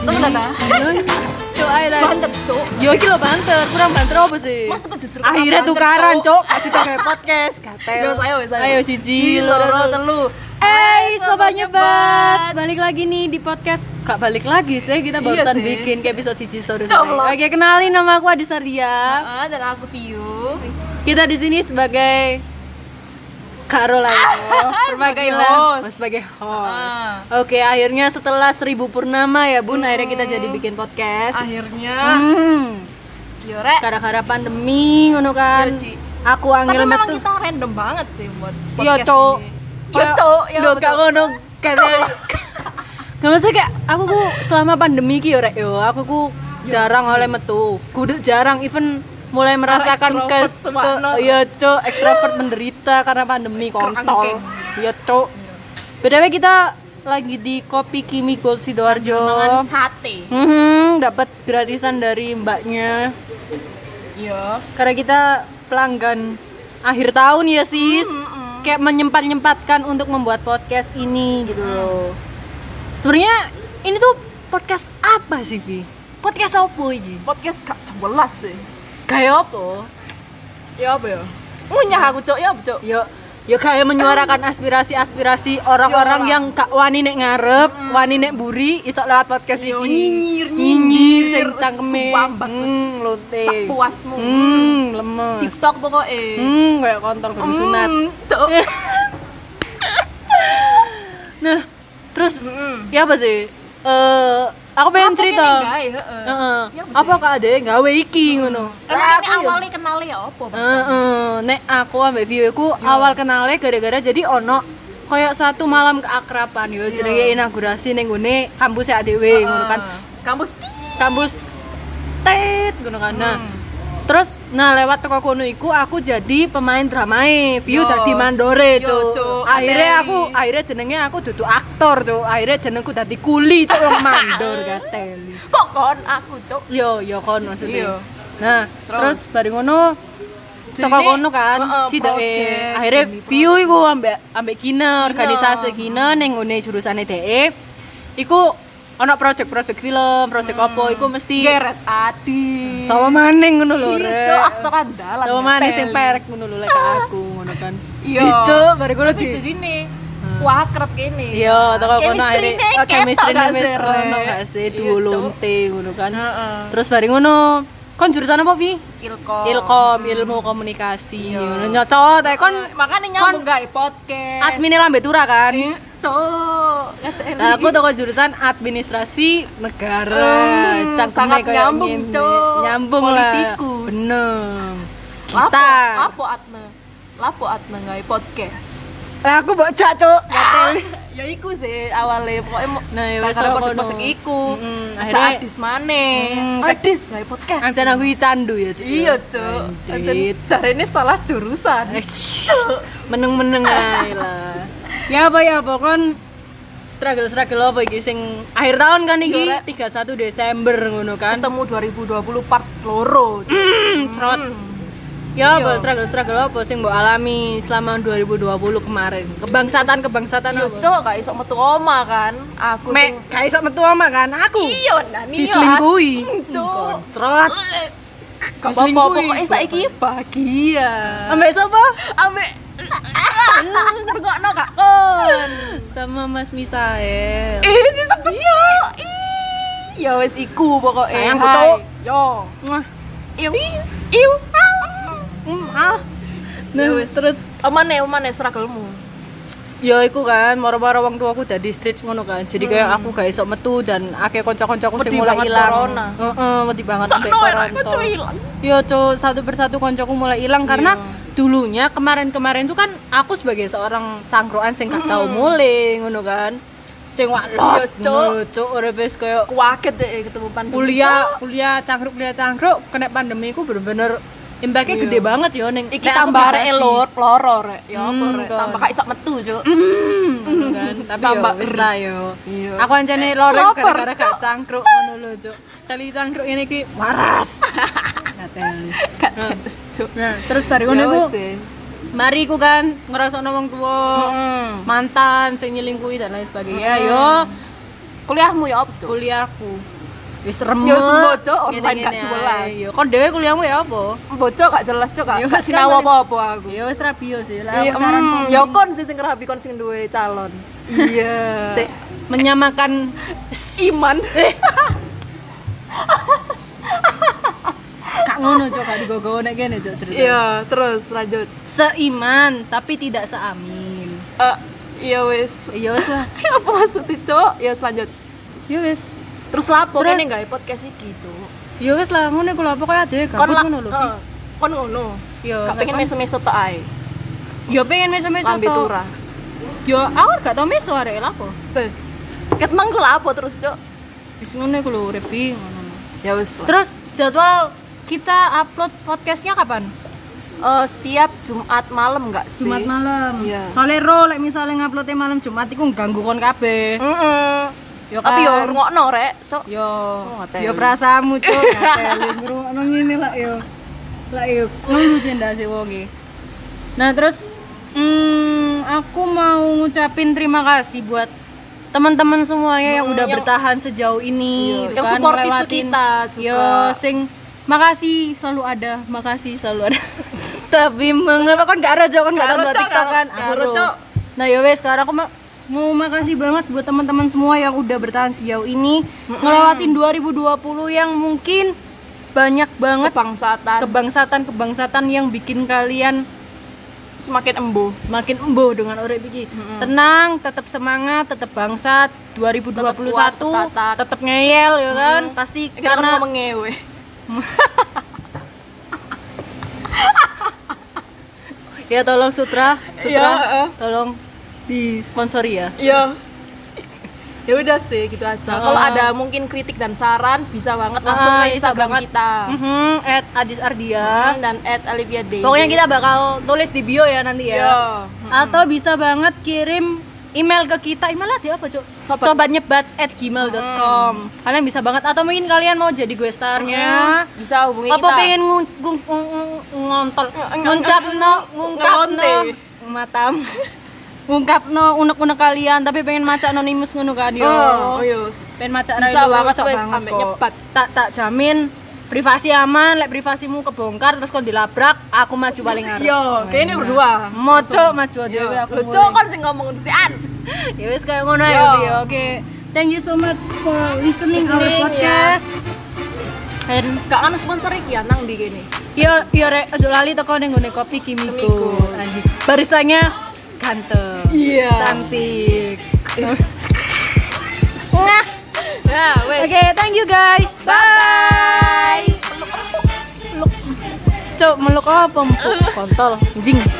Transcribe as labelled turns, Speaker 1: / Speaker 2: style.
Speaker 1: Teman
Speaker 2: Cok ayo lah.
Speaker 1: Bantet, Cuk.
Speaker 2: Yo iki lho banter, kurang banter apa sih?
Speaker 1: Mas aku justru kurang
Speaker 2: Iya. akhirnya
Speaker 1: banter,
Speaker 2: tukaran, Iya,
Speaker 1: Cuk.
Speaker 2: Cok. Kasih tak kayak podcast, gatel.
Speaker 1: Yo, ayo, wes, ayo.
Speaker 2: Ayo siji,
Speaker 1: Ji, loro, telu.
Speaker 2: Eh, sobat nyebat, balik lagi nih di podcast. Gak balik lagi sih, kita
Speaker 1: Iya
Speaker 2: barusan
Speaker 1: sih.
Speaker 2: bikin kayak episode siji story.
Speaker 1: Coblok.
Speaker 2: Oke, kenalin nama aku Adi Sardia.
Speaker 1: Ah, dan aku View.
Speaker 2: Kita di sini sebagai Karo lah ya, perwakilan.
Speaker 1: host.
Speaker 2: Oh, sebagai host.
Speaker 1: Ah, Hmm.
Speaker 2: Oke, akhirnya setelah seribu purnama ya bun, akhirnya kita jadi bikin podcast.
Speaker 1: akhirnya
Speaker 2: Hmm.
Speaker 1: yo Iya, rek.
Speaker 2: gara-gara pandemi ngono kan.
Speaker 1: Iya, Ci.
Speaker 2: Aku
Speaker 1: Tapi
Speaker 2: angel
Speaker 1: memang
Speaker 2: metu.
Speaker 1: kita random banget sih buat
Speaker 2: Yo
Speaker 1: podcast
Speaker 2: cok.
Speaker 1: ini. Yo cok, ya
Speaker 2: Duh,
Speaker 1: apa,
Speaker 2: gak
Speaker 1: Cuk?
Speaker 2: ngono. Kayak Gak maksudnya kayak aku ku selama pandemi ki yo rek yo aku ku jarang oleh metu. Kudu jarang even mulai merasakan ke,
Speaker 1: extrovert
Speaker 2: ke
Speaker 1: semakna.
Speaker 2: yo cok ekstrovert menderita karena pandemi
Speaker 1: Kerangkeng.
Speaker 2: kontol. Yo cok. BTW kita lagi di Kopi Kimi Gold Sidoarjo.
Speaker 1: Makan sate.
Speaker 2: Mhm, dapat gratisan dari mbaknya.
Speaker 1: Yo.
Speaker 2: Karena kita pelanggan akhir tahun ya sis,
Speaker 1: Mm,
Speaker 2: kayak menyempat nyempatkan untuk membuat podcast ini gitu
Speaker 1: Mm.
Speaker 2: loh. Sebenarnya ini tuh podcast apa sih Vi? Podcast apa ini?
Speaker 1: Podcast gak jelas sih.
Speaker 2: Kayak apa?
Speaker 1: Ya apa ya? Ngunyah aku cok, ya apa cok?
Speaker 2: Yo, yo kayak menyuarakan aspirasi-aspirasi orang-orang
Speaker 1: Yo, lah. Mm.
Speaker 2: yang gak wani nek ngarep, wani nek buri, isok lewat podcast
Speaker 1: Yo,
Speaker 2: ini.
Speaker 1: nyinyir,
Speaker 2: nyinyir, sing
Speaker 1: wes,
Speaker 2: cangkeme.
Speaker 1: sumpambat, wes.
Speaker 2: Hmm, lote.
Speaker 1: Sak puasmu.
Speaker 2: Hmm, lemes.
Speaker 1: TikTok pokoknya.
Speaker 2: Hmm, kayak kontol kudu sunat.
Speaker 1: Hmm, cok.
Speaker 2: Nah, terus
Speaker 1: Mm-mm.
Speaker 2: ya apa sih? Eh, aku pengen
Speaker 1: Hmm. Apa
Speaker 2: cerita.
Speaker 1: kene, guys? Heeh.
Speaker 2: Heeh.
Speaker 1: Ya apa sih?
Speaker 2: Apa kak ade gawe iki ngono?
Speaker 1: Lah, ini
Speaker 2: Aku ya-
Speaker 1: awalnya kenalnya ya apa? Bang?
Speaker 2: Heeh, nek aku ambek Vio iku awal kenalnya gara-gara jadi ono koyo satu malam keakraban yo jenenge inaugurasi ning gone kampus ya dhewe ngono kan.
Speaker 1: Ah, Kampus ti.
Speaker 2: Kampus tet ngono kan. Nah,
Speaker 1: Hmm.
Speaker 2: Terus nah lewat toko kono iku aku jadi pemain dramae, View
Speaker 1: Yo.
Speaker 2: dadi mandore,
Speaker 1: Yo,
Speaker 2: cuk.
Speaker 1: Cuk.
Speaker 2: Akhirnya
Speaker 1: Andai.
Speaker 2: aku akhirnya jenenge aku duduk aktor, cuk. Akhirnya jenengku dadi kuli, cuk, wong mandor gateli.
Speaker 1: Kok kon aku cok?
Speaker 2: Yo yo kon maksudnya.
Speaker 1: Iya.
Speaker 2: Nah, terus,
Speaker 1: Terus?
Speaker 2: bareng ngono toko
Speaker 1: Jadi,
Speaker 2: kono kan,
Speaker 1: heeh,
Speaker 2: cita
Speaker 1: project,
Speaker 2: akhirnya
Speaker 1: demi
Speaker 2: view iku ambek ambek kina, organisasi kina ning ngene jurusane DE. Iku ono project-project film, project
Speaker 1: Hmm.
Speaker 2: opo iku mesti
Speaker 1: Geret Adi.
Speaker 2: sama maning ngono lho, Rek.
Speaker 1: Itu aktor andalan.
Speaker 2: Sama
Speaker 1: ya,
Speaker 2: mana
Speaker 1: Tel.
Speaker 2: sing perek ngono lho lek aku ngono kan.
Speaker 1: Iya.
Speaker 2: Ijo bare ngono
Speaker 1: Ah. Tapi
Speaker 2: di.
Speaker 1: jadi nih, wah kerap kene.
Speaker 2: Iya, toko kono
Speaker 1: Chemistry-ne
Speaker 2: akhirnya Oh,
Speaker 1: ketok
Speaker 2: chemistry
Speaker 1: gak
Speaker 2: wis
Speaker 1: sih, Rek?
Speaker 2: ono gak sih
Speaker 1: Iya,
Speaker 2: duo
Speaker 1: Cuk.
Speaker 2: lonte ngono kan.
Speaker 1: Heeh.
Speaker 2: Terus bare ngono, kon jurusan apa, Vi?
Speaker 1: Ilkom.
Speaker 2: Ilkom, ilmu komunikasi.
Speaker 1: Oh. Iya.
Speaker 2: Ngono nyocot ae kon
Speaker 1: Makanya nyambung gawe podcast.
Speaker 2: admin lambe tura kan.
Speaker 1: Iya. Cok. Kata Eli.
Speaker 2: Nah, aku toko jurusan administrasi negara.
Speaker 1: Hmm,
Speaker 2: Cangkeme
Speaker 1: sangat
Speaker 2: koyo
Speaker 1: nyambung,
Speaker 2: ngene.
Speaker 1: Cuk.
Speaker 2: Nyambung lah.
Speaker 1: Politikus.
Speaker 2: Bener.
Speaker 1: Lapo,
Speaker 2: Kita.
Speaker 1: lapo Atne? Lapo Atne gawe podcast?
Speaker 2: Lah aku bocah, Cuk. Gatel.
Speaker 1: ya iku sih awalnya pokoknya mau
Speaker 2: Nah, ya wes
Speaker 1: karena
Speaker 2: toko
Speaker 1: konsep
Speaker 2: kono.
Speaker 1: iku
Speaker 2: Mm-mm,
Speaker 1: Cak
Speaker 2: akhirnya-
Speaker 1: adis mana
Speaker 2: Mm,
Speaker 1: adis nggak podcast
Speaker 2: Ancan aku iki candu ya, Cuk.
Speaker 1: iya cok
Speaker 2: Anjir.
Speaker 1: cara ini salah jurusan
Speaker 2: Eh, shh. Meneng-meneng ae lah. Ya apa ya apa kon struggle-struggle apa iki sing akhir tahun kan iki
Speaker 1: Yo, Rek.
Speaker 2: 31 Desember ngono kan.
Speaker 1: ketemu 2020 part loro Cuk.
Speaker 2: Cerot. Ya
Speaker 1: Iya.
Speaker 2: apa struggle-struggle apa sing mbok alami selama 2020 kemarin? Kebangsatan-kebangsatan
Speaker 1: Iya,
Speaker 2: apa?
Speaker 1: cok gak iso metu oma kan aku
Speaker 2: Mek, gak iso metu ama kan aku.
Speaker 1: iya nah nih
Speaker 2: Diselingkuhi.
Speaker 1: Cuk.
Speaker 2: Cerot.
Speaker 1: gak apa-apa
Speaker 2: diselingkuhi.
Speaker 1: pokoknya saiki bahagia
Speaker 2: Ambek sapa?
Speaker 1: ambek ngergokno gak kon
Speaker 2: Sama Mas Misael.
Speaker 1: Eh, disebut yo. Ya wes iku pokoknya.
Speaker 2: Sayang,
Speaker 1: Hai.
Speaker 2: Kucuk.
Speaker 1: Yo.
Speaker 2: Wah,
Speaker 1: Iu. Iu.
Speaker 2: mm,
Speaker 1: Hmm,
Speaker 2: ah. Nah,
Speaker 1: Ya wes.
Speaker 2: terus
Speaker 1: Omane, omane struggle-mu.
Speaker 2: ya iku kan moro-moro wong tuaku dadi street ngono kan jadi kayak aku gak iso metu dan akeh kanca-kancaku sing
Speaker 1: Hmm. Wedi
Speaker 2: mulai
Speaker 1: banget
Speaker 2: ilang
Speaker 1: corona.
Speaker 2: heeh wedi banget sampai
Speaker 1: Sakno era
Speaker 2: corona
Speaker 1: aku cuy ilang. Iya.
Speaker 2: Yo, cu, satu persatu koncoku mulai hilang karena dulunya kemarin-kemarin tuh kan aku sebagai seorang cangkruan sing gak
Speaker 1: Hmm.
Speaker 2: tau mulai ngono kan. Sing
Speaker 1: Iya,
Speaker 2: wak los,
Speaker 1: Yo, cu.
Speaker 2: ngono, cu, uripe wis koyo
Speaker 1: Aku kaget deh ketemu pandemi.
Speaker 2: kuliah, kuliah cangkruk, kuliah cangkruk kena pandemi ku bener-bener impact-nya gede banget yo ning
Speaker 1: Iya. Iki
Speaker 2: nek aku
Speaker 1: tambah rek
Speaker 2: pribadi.
Speaker 1: elor, loro rek. Ya apa
Speaker 2: Hmm,
Speaker 1: rek?
Speaker 2: kon.
Speaker 1: Tambah gak iso metu, Cuk.
Speaker 2: Ngono kan. Tapi
Speaker 1: Tambah
Speaker 2: yo wis lah yo.
Speaker 1: Iya.
Speaker 2: Aku ancane lorek
Speaker 1: Sloper,
Speaker 2: gara-gara gak cangkruk ngono lho, Cuk. Kali cangkruk ini ki waras. Gak teles.
Speaker 1: Gak
Speaker 2: Hmm.
Speaker 1: terus.
Speaker 2: Nah, terus dari
Speaker 1: Ya
Speaker 2: ngono iku,
Speaker 1: wes sih.
Speaker 2: mari ku kan ngerasa wong tua,
Speaker 1: Mm.
Speaker 2: mantan sing nyelingkuhi dan lain sebagainya.
Speaker 1: Mm.
Speaker 2: Yo
Speaker 1: Kuliahmu ya opto.
Speaker 2: kuliahku. Wis remet.
Speaker 1: Yo, wis bodoh, online
Speaker 2: Ngene-ngene
Speaker 1: gak jelas.
Speaker 2: ae. Yo kon dhewe kuliahmu ya apa?
Speaker 1: Bocok gak jelas cok gak
Speaker 2: Ya,
Speaker 1: gak
Speaker 2: kan,
Speaker 1: sinau
Speaker 2: mari-
Speaker 1: apa-apa aku.
Speaker 2: Yo wis rabio sih lah.
Speaker 1: Iya,
Speaker 2: aku saran
Speaker 1: mm,
Speaker 2: kon.
Speaker 1: ya kon sih sing ngerabi kon sing duwe calon. Iya.
Speaker 2: Sik, menyamakan
Speaker 1: iman.
Speaker 2: kak ngono cok gak digogowo nek kene cok cerita.
Speaker 1: Iya, terus lanjut.
Speaker 2: Seiman tapi tidak seamin.
Speaker 1: Eh, iya wis.
Speaker 2: Yo wis lah.
Speaker 1: apa maksudnya cok? Ya lanjut.
Speaker 2: Yo wis.
Speaker 1: Terus lapo
Speaker 2: Terus-
Speaker 1: kene gawe podcast iki cok.
Speaker 2: Yo wis lah ngono iku lho pokoke ade
Speaker 1: Kon
Speaker 2: gabut
Speaker 1: lah.
Speaker 2: ngono lho.
Speaker 1: eh, Kon ngono.
Speaker 2: Yo
Speaker 1: Gak pengen
Speaker 2: kon-
Speaker 1: meso-meso tok ae.
Speaker 2: Yo Iya, pengen meso-meso
Speaker 1: Lambe
Speaker 2: tok.
Speaker 1: turah.
Speaker 2: Yo awal gak tau meso arek lapo.
Speaker 1: Tuh. Ket mangku lapo terus cok.
Speaker 2: Wis ngono iku lho rebi ngono.
Speaker 1: Ya wis. Terus
Speaker 2: Terus jadwal kita upload podcastnya kapan?
Speaker 1: eh, setiap Jumat malam enggak sih?
Speaker 2: Jumat malam.
Speaker 1: Iya.
Speaker 2: Soalnya ro lek misale nguploadnya malam Jumat iku ganggu kon kabeh.
Speaker 1: Heeh.
Speaker 2: Yo
Speaker 1: Tapi yo
Speaker 2: kan.
Speaker 1: rungokno rek, cok.
Speaker 2: Yo,
Speaker 1: ngateli.
Speaker 2: yo perasaanmu cuk, ngatelin ngrungokno ngene lah yo. Lah yo ngono cendha sih wong iki. Nah, terus hmm, aku mau ngucapin terima kasih buat teman-teman semuanya yang
Speaker 1: Hmm,
Speaker 2: udah
Speaker 1: yang-
Speaker 2: bertahan sejauh ini
Speaker 1: Iya,
Speaker 2: gitu
Speaker 1: yang
Speaker 2: kan,
Speaker 1: supportive ke
Speaker 2: ngelewatin.
Speaker 1: kita juga.
Speaker 2: Yo, sing makasih selalu ada, makasih selalu ada. Tapi mengapa kon gak rojo kon gak
Speaker 1: Gak
Speaker 2: tau
Speaker 1: rojo,
Speaker 2: TikTok
Speaker 1: gak-
Speaker 2: kan?
Speaker 1: gak
Speaker 2: Aku
Speaker 1: rojo.
Speaker 2: ro. Nah ya wes sekarang aku ma- mau makasih banget buat teman-teman semua yang udah bertahan sejauh ini ngelewatin 2020 yang mungkin banyak banget
Speaker 1: Kebangsatan
Speaker 2: kebangsatan-kebangsatan yang bikin kalian
Speaker 1: semakin embuh.
Speaker 2: semakin embuh dengan urip iki. Tenang, tetap semangat, tetap bangsat. 2021 tetap,
Speaker 1: Tetep kuat, tetap-
Speaker 2: ngeyel ya kan? Pasti
Speaker 1: Kita kan
Speaker 2: karena
Speaker 1: ngomong ngewe.
Speaker 2: ya tolong Sutra, Sutra
Speaker 1: Iya, eh.
Speaker 2: tolong di sponsori ya.
Speaker 1: Iya. Ya udah sih gitu aja.
Speaker 2: Ah.
Speaker 1: Kalau ada mungkin kritik dan saran bisa banget Mm-hmm. langsung
Speaker 2: Ah,
Speaker 1: ke
Speaker 2: bisa
Speaker 1: Instagram
Speaker 2: banget.
Speaker 1: kita
Speaker 2: Mhm, at Adis Ardia.
Speaker 1: dan at Olivia Day.
Speaker 2: Pokoknya kita bakal tulis di bio ya nanti ya.
Speaker 1: ya.
Speaker 2: Atau bisa banget kirim email ke kita. Email dia apa, Cuk?
Speaker 1: Sobat- Hmm.
Speaker 2: sobatnyebats@gmail.com. Kalian bisa banget atau mungkin kalian mau jadi gue star-nya.
Speaker 1: bisa hubungi
Speaker 2: Apa
Speaker 1: Hmm. kita.
Speaker 2: pengen ngun, ngun- ngun- ngun- ngontol, nguncap no, ngungkap no, matam, ngungkap no unek-unek kalian, tapi pengen maca anonimus ngono kan yo.
Speaker 1: Oh, oh yo.
Speaker 2: Pengen maca
Speaker 1: Bisa
Speaker 2: Raido,
Speaker 1: banget,
Speaker 2: cocok
Speaker 1: wes,
Speaker 2: banget
Speaker 1: ambek
Speaker 2: kok.
Speaker 1: nyebat.
Speaker 2: Tak tak jamin privasi aman, lek privasimu kebongkar terus kau dilabrak, aku maju paling ngarep.
Speaker 1: Yo, kayaknya berdua.
Speaker 2: Moco maju dhewe aku.
Speaker 1: Lucu
Speaker 2: mulai.
Speaker 1: kan sing ngomong sian.
Speaker 2: Ya wis kayak ngono
Speaker 1: Yo.
Speaker 2: ya, Bi, ya. Oke. Thank you so much for listening our
Speaker 1: Listening,
Speaker 2: podcast. And
Speaker 1: Gak kan sponsor iki ya nang di kene.
Speaker 2: yo yo rek ojo lali teko ning nggone kopi Kimiko.
Speaker 1: Kimiko.
Speaker 2: Anjir. Baristanya ganteng.
Speaker 1: Iya.
Speaker 2: Cantik.
Speaker 1: Nah. Nah,
Speaker 2: Oke,
Speaker 1: wes.
Speaker 2: thank you guys.
Speaker 1: Bye.
Speaker 2: Cok meluk apa empuk kontol. Jing.